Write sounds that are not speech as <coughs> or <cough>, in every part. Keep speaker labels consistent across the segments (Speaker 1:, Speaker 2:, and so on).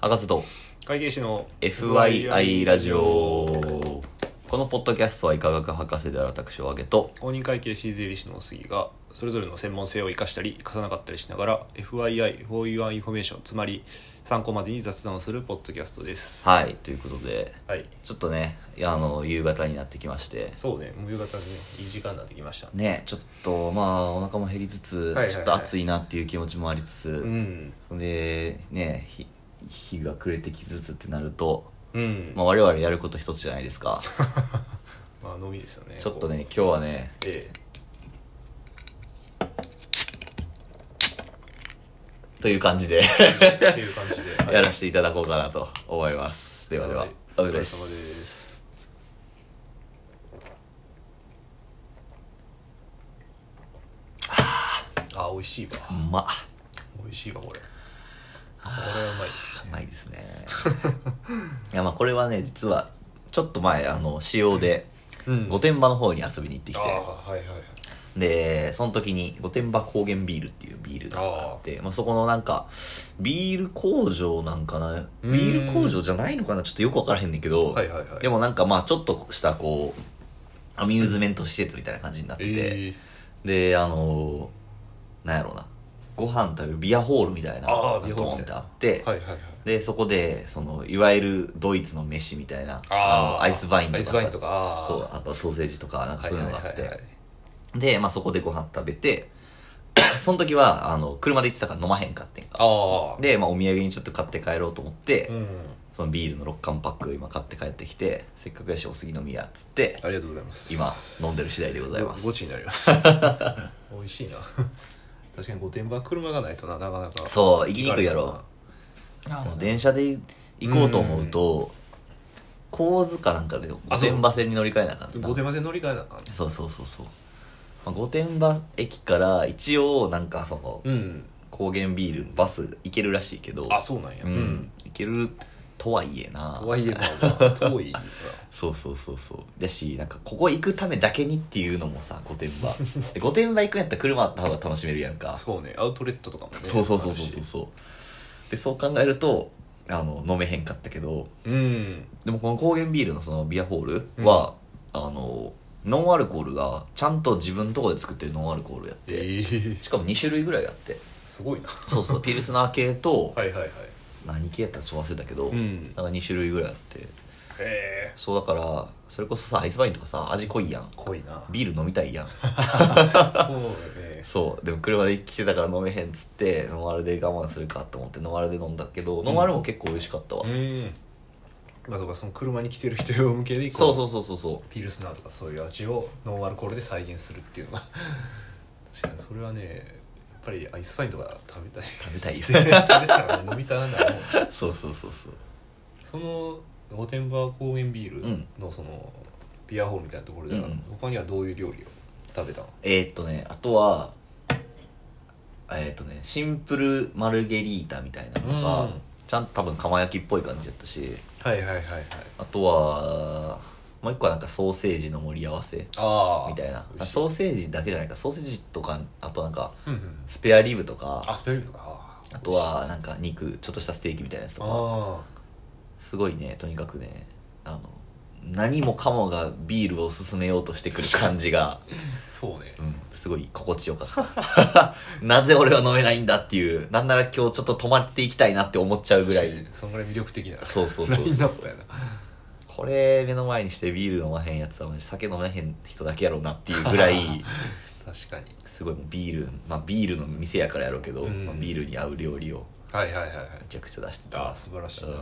Speaker 1: 博士と
Speaker 2: 会計士の
Speaker 1: FYI ラジオこのポッドキャストは医科学博士である私を挙げと
Speaker 2: 公認会計士税理士の杉がそれぞれの専門性を生かしたり生かさなかったりしながら FYI for your information つまり参考までに雑談をするポッドキャストです
Speaker 1: はいということで
Speaker 2: はい
Speaker 1: ちょっとねいやあの夕方になってきまして
Speaker 2: そうねもう夕方ねいい時間になってきましたね
Speaker 1: ねちょっとまあお腹も減りつつ、
Speaker 2: いはいはい
Speaker 1: ちょっと暑いなっていう気持ちもありつ
Speaker 2: う
Speaker 1: つ、
Speaker 2: ん
Speaker 1: でね日日が暮れてきつつってなると、
Speaker 2: うん
Speaker 1: まあ、我々やること一つじゃないですか
Speaker 2: <laughs> まあ飲みですよね
Speaker 1: ちょっとね
Speaker 2: こ
Speaker 1: 今日はね
Speaker 2: うえ
Speaker 1: という感じで <laughs>
Speaker 2: えっていう感じで、
Speaker 1: やらせていただこうかなと思いますではでは、
Speaker 2: い
Speaker 1: お
Speaker 2: お
Speaker 1: 疲
Speaker 2: 疲
Speaker 1: れ
Speaker 2: れ
Speaker 1: 様で
Speaker 2: 様ですすあー美味しいわ
Speaker 1: うまっ
Speaker 2: 美味しいわこれこれはうまいです
Speaker 1: う
Speaker 2: ね
Speaker 1: まいですねいやまあこれはね実はちょっと前あの仕様で
Speaker 2: うん
Speaker 1: 御殿場の方に遊びに行ってきて、
Speaker 2: ああはいはいはい
Speaker 1: でその時に御殿場高原ビールっていうビールがあってまあ、そこのなんかビール工場なんかな
Speaker 2: うん
Speaker 1: ビール工場じゃないのかなちょっとよく分からへんねんけど、
Speaker 2: はいはいはい
Speaker 1: でもなんかまあちょっとしたこうアミューズメント施設みたいな感じになってて、
Speaker 2: ええ
Speaker 1: であのーなんやろうなご飯食べるビアホールみたいな
Speaker 2: あー
Speaker 1: なん
Speaker 2: ビア
Speaker 1: か
Speaker 2: ホ
Speaker 1: ド
Speaker 2: ー
Speaker 1: ンっ
Speaker 2: ル
Speaker 1: て
Speaker 2: みたい
Speaker 1: あ
Speaker 2: な
Speaker 1: って、
Speaker 2: はいはいはい
Speaker 1: でそこでそのいわゆるドイツの飯みたいな
Speaker 2: あ
Speaker 1: の
Speaker 2: ー
Speaker 1: アイスバインとか
Speaker 2: アイスバインとかあー
Speaker 1: そうあとソーセージとかなんか
Speaker 2: はい
Speaker 1: そうい
Speaker 2: は
Speaker 1: う
Speaker 2: い
Speaker 1: の
Speaker 2: はい
Speaker 1: があって、
Speaker 2: はい
Speaker 1: で、まあ、そこでご飯食べて <coughs> その時はあの車で行ってたから飲まへんかってんか
Speaker 2: ああ
Speaker 1: で、まあ、お土産にちょっと買って帰ろうと思って、
Speaker 2: うん
Speaker 1: そのビールの6缶パック今買って帰ってきてせっかくやしお杉飲みやっつって
Speaker 2: ありがとうございます
Speaker 1: 今飲んでる次第でございます
Speaker 2: ごちになります
Speaker 1: <laughs>
Speaker 2: 美味しいな確かに御殿場は車がないとななかなか
Speaker 1: そう行きにくいやろあの電車で行こうと思うと神津かなんかで御
Speaker 2: あそう
Speaker 1: 殿場線に乗り換えなあかんな
Speaker 2: 御殿場線乗り換えなあかんね
Speaker 1: そうそうそうそう、まあ、御殿場駅から一応なんかその
Speaker 2: うん
Speaker 1: 高原ビールのバス行けるらしいけど
Speaker 2: あそうなんや
Speaker 1: うん、行けるとはいえな
Speaker 2: とはいえまあまあ遠いな
Speaker 1: <laughs> そうそうそうそうだしなんかここ行くためだけにっていうのもさ御殿
Speaker 2: <laughs>
Speaker 1: 場で御殿場行くんやったら車あった方が楽しめるやんか
Speaker 2: そうねアウトレットとかもね
Speaker 1: そうそうそうそうそう
Speaker 2: う
Speaker 1: そうでそう考えるとあの飲めへんかったけど
Speaker 2: うん
Speaker 1: でもこの高原ビールのそのビアホールは、あのノンアルコールがちゃんと自分のとこで作ってるノンアルコールやって、
Speaker 2: ええ
Speaker 1: しかも2種類ぐらいあって
Speaker 2: すごいな
Speaker 1: そうそうピルスナー系と、
Speaker 2: はいはいはい
Speaker 1: 何系やったらちょっと忘れたけど、
Speaker 2: うん
Speaker 1: なんか2種類ぐらいあって
Speaker 2: へえ
Speaker 1: そうだからそれこそさアイスバインとかさ味濃いやん
Speaker 2: 濃い
Speaker 1: <laughs>
Speaker 2: な
Speaker 1: ビール飲みたい
Speaker 2: <laughs>
Speaker 1: やん
Speaker 2: そうだね
Speaker 1: そうでも車で来てたから飲めへんっつってノンアルで我慢するかと思ってノンアルで飲んだけど、ノンアルも結構美味しかったわ、
Speaker 2: うんまあそうかその車に来てる人用向けにこ
Speaker 1: そうそうそうそうそう
Speaker 2: ピルスナーとかそういう味をノンアルコールで再現するっていうのが確かにそれはねやっぱりアイスファインとか食べたい
Speaker 1: 食べたいよ
Speaker 2: <laughs> 食べたら飲みたいなもん
Speaker 1: そうそうそうそう
Speaker 2: その御殿場高原ビー
Speaker 1: う
Speaker 2: ル
Speaker 1: ん
Speaker 2: のそのビアホールみたいなところで、
Speaker 1: うんうん
Speaker 2: 他にはどういう料理を食べたの
Speaker 1: えー、っとねあとはえー、っとねシンプルマルゲリータみたいなのが、
Speaker 2: うん
Speaker 1: ちゃんと多分釜焼きっぽい感じやったし
Speaker 2: はいはいはいはい
Speaker 1: あとはもう一個はなんかソーセージの盛り合わせ
Speaker 2: ああ
Speaker 1: みたいな
Speaker 2: 美味しい
Speaker 1: ソーセージだけじゃないかソーセージとかあとなんか
Speaker 2: うんうん
Speaker 1: スペアリブとか
Speaker 2: あスペアリブとかあー
Speaker 1: あとはなんか肉ちょっとしたステーキみたいなやつとか
Speaker 2: あ
Speaker 1: すごいねとにかくねあの何もかもがビールを勧めようとしてくる感じが、
Speaker 2: あそうね
Speaker 1: うん、すごい心地よかった <laughs> なぜ俺は飲めないんだっていうなんなら今日ちょっと泊まっていきたいなって思っちゃうぐらい
Speaker 2: 確かにそのぐらい魅力的な
Speaker 1: そうそうそうそう
Speaker 2: ラインナップやな
Speaker 1: これ目の前にしてビール飲まへんやつはマジ酒飲めへん人だけやろうなっていうぐ
Speaker 2: <laughs>
Speaker 1: らい
Speaker 2: 確かに
Speaker 1: すごいもうビールまあビールの店やからやろうけど、
Speaker 2: うん
Speaker 1: まあビールに合う料理を
Speaker 2: はいはいはいはい
Speaker 1: めちゃくちゃ出してた
Speaker 2: ああ素晴らしい
Speaker 1: うん
Speaker 2: な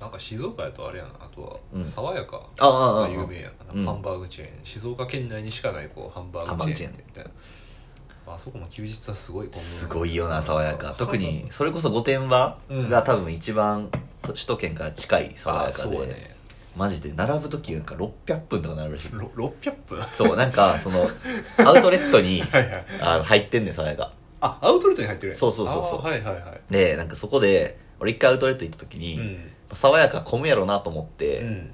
Speaker 2: なんか静岡やとあれやなあと
Speaker 1: うん
Speaker 2: は爽やか
Speaker 1: ああああ
Speaker 2: が有名や
Speaker 1: うん
Speaker 2: なハンバーグチェーン静岡県内にしかないこうハンバ
Speaker 1: ハンバ
Speaker 2: ー
Speaker 1: ーグ
Speaker 2: グ
Speaker 1: チ
Speaker 2: チ
Speaker 1: ェ
Speaker 2: ェ
Speaker 1: ー
Speaker 2: ー
Speaker 1: ン
Speaker 2: ンってみたいなあそこも休日はすごい混む
Speaker 1: すごいよな爽やか特にそれこそ御殿場
Speaker 2: うん
Speaker 1: が多分一番と首都圏から近い爽
Speaker 2: あ
Speaker 1: や
Speaker 2: あ
Speaker 1: か
Speaker 2: そう
Speaker 1: で、
Speaker 2: やね
Speaker 1: マジで並ぶ時なんか600分とか並ぶらしい
Speaker 2: ろ600分
Speaker 1: そうなんかそのアウトレットに
Speaker 2: <laughs> はいはい
Speaker 1: あの入ってんねん爽やか
Speaker 2: あアウトレットに入ってるやん
Speaker 1: そうそうそうそう
Speaker 2: ああはいはいはい
Speaker 1: でなんかそこで俺一回アウトレット行った時に、
Speaker 2: うん
Speaker 1: 爽やか混むやろうなと思って、
Speaker 2: うん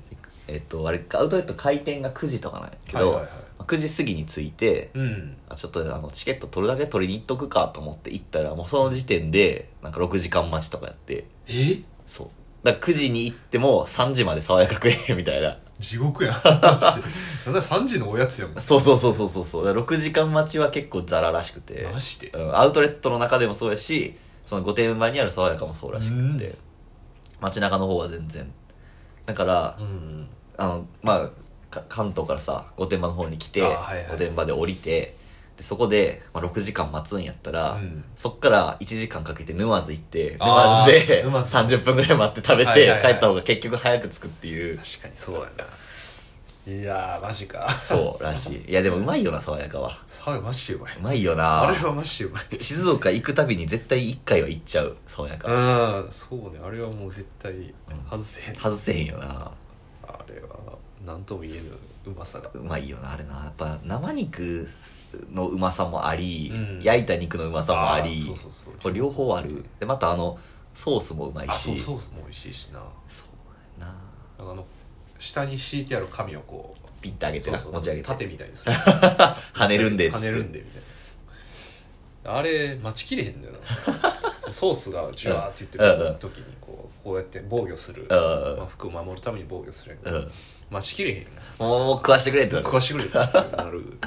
Speaker 1: えっとあれアウトレット開店が9時とかなんやけど、
Speaker 2: はいはいはい
Speaker 1: まあ9時過ぎに着いて、
Speaker 2: うん
Speaker 1: あちょっとあのチケット取るだけ取りに行っとくかと思って行ったらもうその時点でなんか6時間待ちとかやって
Speaker 2: え
Speaker 1: そうだから9時に行っても3時まで爽やか食えみたいな
Speaker 2: 地獄や
Speaker 1: <laughs>
Speaker 2: んマジでなんなら3時のおやつやもん
Speaker 1: そうそうそうそうそうそうだから6時間待ちは結構ザラらしくて
Speaker 2: マジで
Speaker 1: うん、アウトレットの中でもそうやしその御殿場にある爽やかもそうらしくて、
Speaker 2: うん
Speaker 1: 街中の方は全然だから、
Speaker 2: うん
Speaker 1: あのまあか関東からさ御殿場の方に来て、
Speaker 2: あはいはい
Speaker 1: 御殿場で降りてでそこで、まあ、6時間待つんやったら、
Speaker 2: うん
Speaker 1: そっから1時間かけて沼津行って沼
Speaker 2: あ
Speaker 1: 津
Speaker 2: ー
Speaker 1: で
Speaker 2: 沼津
Speaker 1: 30分ぐらい待って食べて、
Speaker 2: はいはいはい
Speaker 1: 帰った方が結局早く着くっていう
Speaker 2: 確かにそうやないやーマジか
Speaker 1: そうらしいいやでもうまいよな爽やかは
Speaker 2: さあマジでうまいう
Speaker 1: まいよ
Speaker 2: あ
Speaker 1: な
Speaker 2: れはマジでうまい
Speaker 1: 静岡行くたびに絶対1回は行っちゃう爽やか、
Speaker 2: うんそうねあれはもう絶対外せへん
Speaker 1: 外せへんよな
Speaker 2: あれは何とも言えぬうまさが
Speaker 1: うまいよなあれなやっぱ生肉のうまさもあり、
Speaker 2: うん
Speaker 1: 焼いた肉のうまさもあり
Speaker 2: ーそうそうそう
Speaker 1: これ両方あるでまたあのソースもうまい
Speaker 2: あ
Speaker 1: し
Speaker 2: そうソースも美味しいしな
Speaker 1: そうやな
Speaker 2: あの下に敷いてある紙をこう
Speaker 1: ピッて上げてな
Speaker 2: そうそう
Speaker 1: 持ち上げて
Speaker 2: 縦みたいにする
Speaker 1: <laughs> 跳ねるんでっつっ
Speaker 2: 跳
Speaker 1: て
Speaker 2: ねるんでみたいなあれ待ちきれへ
Speaker 1: <laughs>
Speaker 2: んだよなそうソースがジュワーって言って
Speaker 1: うんう
Speaker 2: る
Speaker 1: ん
Speaker 2: 時にこうこうやって防御する、
Speaker 1: うん
Speaker 2: まあ、服を守るために防御するやん
Speaker 1: う
Speaker 2: か
Speaker 1: ん
Speaker 2: 待ちきれへんよな
Speaker 1: もうもう食わしてくれってなる
Speaker 2: 食わしてくれってなる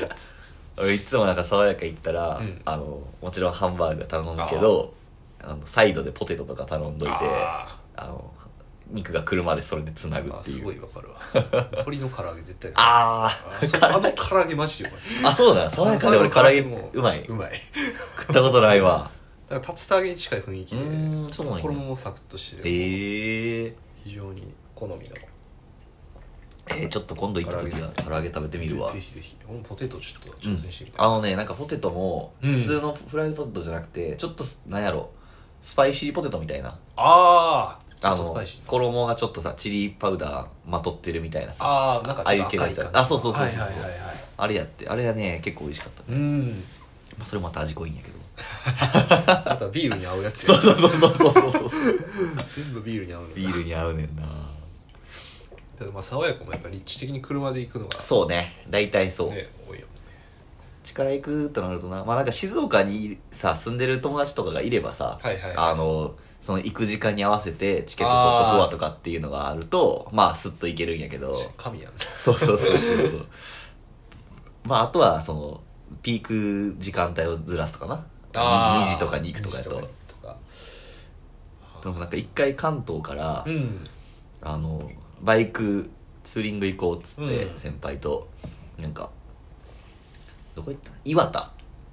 Speaker 2: やつ
Speaker 1: 俺いつもなんか爽やか行ったら、
Speaker 2: うん
Speaker 1: あのもちろんハンバーグ頼むけどあのサイドでポテトとか頼 <laughs> んどいて
Speaker 2: あ
Speaker 1: あの肉が来るまでそれでつなぐ
Speaker 2: あ
Speaker 1: って
Speaker 2: す
Speaker 1: い
Speaker 2: ご
Speaker 1: う
Speaker 2: いわかる
Speaker 1: <laughs>
Speaker 2: わ鶏の唐揚げ絶対
Speaker 1: あ
Speaker 2: あ
Speaker 1: ー
Speaker 2: そうあの唐揚げマジでうまい <laughs>
Speaker 1: あそうだ爽やかで俺唐揚げもうまいう
Speaker 2: まい
Speaker 1: 食ったことないわ
Speaker 2: だから竜田揚げに近い雰囲気
Speaker 1: う
Speaker 2: で
Speaker 1: ーんそうなんや
Speaker 2: これもサクッとしてて
Speaker 1: ええ
Speaker 2: 非常に好みの
Speaker 1: えーちょっと今度行った時は唐揚げ食べてみるわ
Speaker 2: ぜひぜひ俺もポテトちょっと挑戦してみたい、
Speaker 1: あのねなんかポテトも
Speaker 2: うん
Speaker 1: 普通のフライドポテトじゃなくてちょっとなんやろスパイシーポテトみたいな
Speaker 2: ああ
Speaker 1: あ
Speaker 2: ちょっとス
Speaker 1: の
Speaker 2: パイシー
Speaker 1: 衣がちょっとさチリパウダーまとってるみたいなさ
Speaker 2: ああなんかちょっと赤い感じ
Speaker 1: あそうそうそうそう
Speaker 2: はいはいはいはい
Speaker 1: あれやってあれはね結構美味しかった、
Speaker 2: うん
Speaker 1: まあ、それもまた味濃いんやけど
Speaker 2: あとはビールに合うやつ
Speaker 1: <laughs> そうそうそうそうそうそうそう
Speaker 2: 全部ビールに合うの
Speaker 1: <laughs> ビールに合うねんな
Speaker 2: ただまあ爽やかもやっぱ立地的に車で行くのが
Speaker 1: そうね大体そう、
Speaker 2: ね多いよね
Speaker 1: 力行くとなるとなまあなんか静岡にさ住んでる友達とかがいればさ、
Speaker 2: はいはい
Speaker 1: あのその行く時間に合わせてチケット取っとくわとかっていうのがあるとまあスッと行けるんや
Speaker 2: <laughs>
Speaker 1: けど
Speaker 2: 神やん
Speaker 1: そうそうそうそうそうまああとはそのピーク時間帯をずらすとかな
Speaker 2: あー
Speaker 1: 2時とかに行くとかやと
Speaker 2: 2時とか
Speaker 1: でもなんか一回関東から、
Speaker 2: うん
Speaker 1: あのバイクツーリング行こうっつって、
Speaker 2: うん
Speaker 1: 先輩となんかどこ行ったの岩田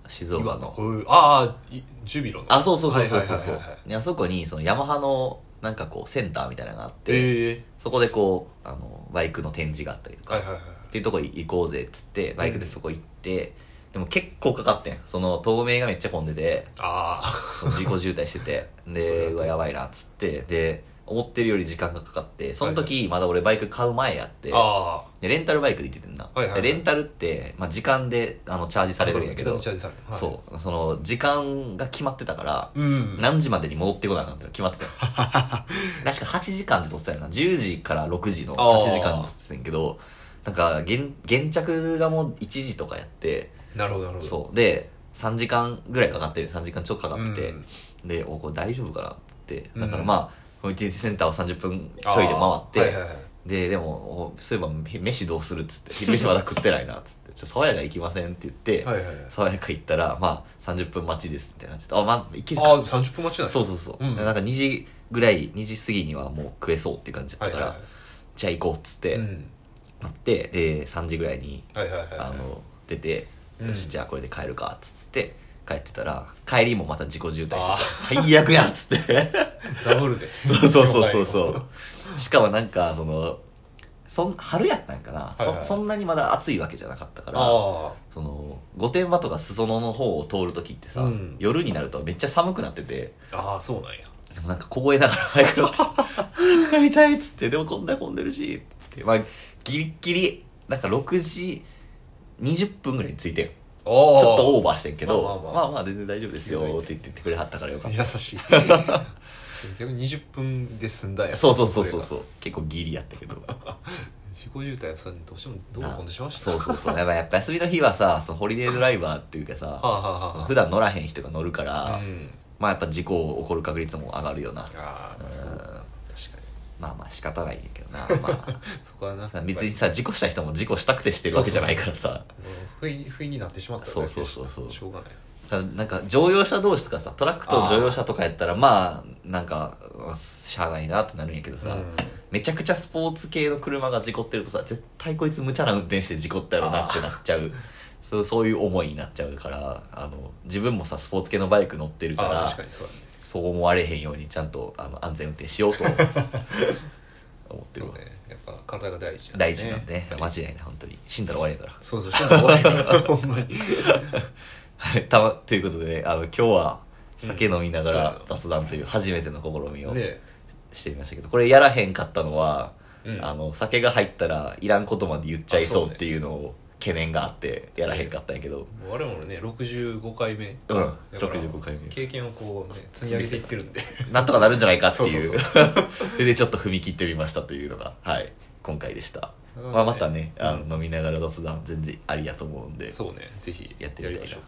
Speaker 1: 静岡
Speaker 2: 今
Speaker 1: の
Speaker 2: のうんああいジュビロの
Speaker 1: あ、そうそうそうそうそうそ
Speaker 2: は
Speaker 1: う
Speaker 2: いはいはいはい。
Speaker 1: ねあそこに、そのヤマハの、なんかこう、センターみたいなのがあって、
Speaker 2: ええ
Speaker 1: そこでこう、あの、バイクの展示があったりとか、
Speaker 2: はい
Speaker 1: っ
Speaker 2: はいはい
Speaker 1: ていうとこ行こうぜっつって、バイクでそこ行って、でも結構かかってん。その、透明がめっちゃ混んでて、
Speaker 2: あ
Speaker 1: その事故渋滞して
Speaker 2: <laughs>
Speaker 1: て、で、うわやばいなっつって、で、思ってるより時間がかかって、その時、まだ俺バイク買う前やって、
Speaker 2: ああ
Speaker 1: でレンタルバイクで行っててんな、
Speaker 2: はいはいはい
Speaker 1: でレンタルって、まあ、時間であのチャージされるんやけ
Speaker 2: そう
Speaker 1: ど
Speaker 2: か時間でチャージされるはい
Speaker 1: そうその時間が決まってたから、
Speaker 2: あうん
Speaker 1: 何時までに戻ってこなあかんっての決まってたよ
Speaker 2: <laughs>
Speaker 1: 確か8時間って取ってたよな10時から6時の8時間って取ってたんやけどなんか現現着がもう1時とかやって
Speaker 2: なるほどなるほど
Speaker 1: そうで3時間ぐらいかかって3時間ちょっとかかってて、
Speaker 2: うん
Speaker 1: でおこれ大丈夫かなってだから
Speaker 2: うん
Speaker 1: まあコミュニティセンターを30分ちょいで回って、
Speaker 2: あーはいはいはい
Speaker 1: ででもおそういえばめ飯どうするっつって昼飯まだ食ってないなっつって「ちょ爽やか行きません」って言って、
Speaker 2: はいはいはい
Speaker 1: 爽やか行ったら「まあ30分待ちです」みたいな感じで「あまあ行けるか」
Speaker 2: ああ30分待ちなんや
Speaker 1: そうそうそう、
Speaker 2: うん
Speaker 1: なんか2時ぐらい2時過ぎにはもう食えそうっていう感じだったから、
Speaker 2: はいはいはい
Speaker 1: じゃあ行こうっつって、
Speaker 2: うん
Speaker 1: 待ってで3時ぐらいに
Speaker 2: はいはいはいはい
Speaker 1: あの出て、
Speaker 2: うん
Speaker 1: よしじゃあこれで帰るかっつって帰ってたら帰りもまた自己渋滞してて最悪やっつって
Speaker 2: <laughs> ダブルで
Speaker 1: そうそうそうそう
Speaker 2: 了
Speaker 1: そうしかもなんかそのそん春やったんかな、
Speaker 2: はいはい
Speaker 1: そそんなにまだ暑いわけじゃなかったか
Speaker 2: 解
Speaker 1: ら
Speaker 2: あ
Speaker 1: その御殿場とか裾野の方を通る時ってさ、
Speaker 2: うん
Speaker 1: 夜になるとめっちゃ寒くなってて
Speaker 2: あああそうなんや
Speaker 1: でもなんか凍えながら早く乗って <laughs> 「帰りたい」っつって「でもこんな混んでるし」っつってまあギリッギリなんか6時20分ぐらいに着いてん
Speaker 2: ちょ
Speaker 1: ちょっとオーバーしてんけど、ま
Speaker 2: ま
Speaker 1: あ
Speaker 2: あ
Speaker 1: ま
Speaker 2: ま
Speaker 1: あ
Speaker 2: あ
Speaker 1: ま
Speaker 2: ま
Speaker 1: あ、全然大丈夫ですよって言ってくれはったからよかっ
Speaker 2: 優しい逆に20分で済んだん
Speaker 1: た。
Speaker 2: や
Speaker 1: そうそうそうそうそう。結構ギリやったけど。
Speaker 2: 自己渋滞はそれどうしてもどうも混んでしまいました
Speaker 1: そうそうそうやっぱやっぱ休みの日はさそのホリデードライバーっていうかさ、
Speaker 2: はあはあはあ
Speaker 1: 普段乗らへん人が乗るから、
Speaker 2: うん
Speaker 1: まあやっぱ事故起こる確率も上がるよな
Speaker 2: ああそうだな確か
Speaker 1: まあまあ仕方ないんだけどな、ま <laughs> あ、
Speaker 2: にそこはな
Speaker 1: 別にさ事故した人も事故したくてしてるわけじゃないからさ
Speaker 2: もう不意不意になってしまっただけ
Speaker 1: そうそうそうそう
Speaker 2: しょうがない
Speaker 1: ただなんか乗用車同士とかさトラックと乗用車とかやったらまあなんかうんしゃあないなってなるんやけどさ、
Speaker 2: うん
Speaker 1: めちゃくちゃスポーツ系の車が事故ってるとさ絶対こいつ無茶な運転して事故ったよなってなっちゃうそうそういう思いになっちゃうからあの自分もさスポーツ系のバイク乗ってるか
Speaker 2: ああ
Speaker 1: ら
Speaker 2: 確かにそうだね
Speaker 1: そう思われへんようにちゃんとあの安全運転しよう
Speaker 2: <laughs>
Speaker 1: と思って
Speaker 2: で
Speaker 1: るわ
Speaker 2: もねやっぱ体が大事だね
Speaker 1: 大事なんで、ね
Speaker 2: やっ、ぱり
Speaker 1: 間違いない本当に死んだら終わりやから
Speaker 2: そうそうしたら終わり
Speaker 1: <laughs>
Speaker 2: だからほんまに
Speaker 1: はい、たま、ということで、ね、あの、今日は酒飲みなが
Speaker 2: うん
Speaker 1: ら
Speaker 2: そう
Speaker 1: 雑談という初めての試みを
Speaker 2: ね
Speaker 1: してみましたけど、これやらへんかったのは、
Speaker 2: うん
Speaker 1: あの、酒が入ったらいらんことまで言っちゃいそ
Speaker 2: あそう
Speaker 1: う
Speaker 2: ね
Speaker 1: っていうのを懸念があってやらへんかったんやけど、
Speaker 2: もう我々もね65回目
Speaker 1: うん
Speaker 2: だから
Speaker 1: 65回目
Speaker 2: 経験をこうね積み上げていってるんで
Speaker 1: なんとかなるんじゃないかってい
Speaker 2: そう
Speaker 1: う。
Speaker 2: そ
Speaker 1: それ <laughs> でちょっと踏み切ってみましたというのが、はい、今回でした。
Speaker 2: うん
Speaker 1: まあ、またね、あの
Speaker 2: う
Speaker 1: 飲みながら雑談全然ありやと思うんで、
Speaker 2: そうねぜひ
Speaker 1: やってみたいな
Speaker 2: やりましょ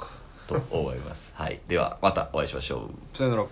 Speaker 2: うか
Speaker 1: と思います。はい。では、またお会いしましょう。
Speaker 2: さよなら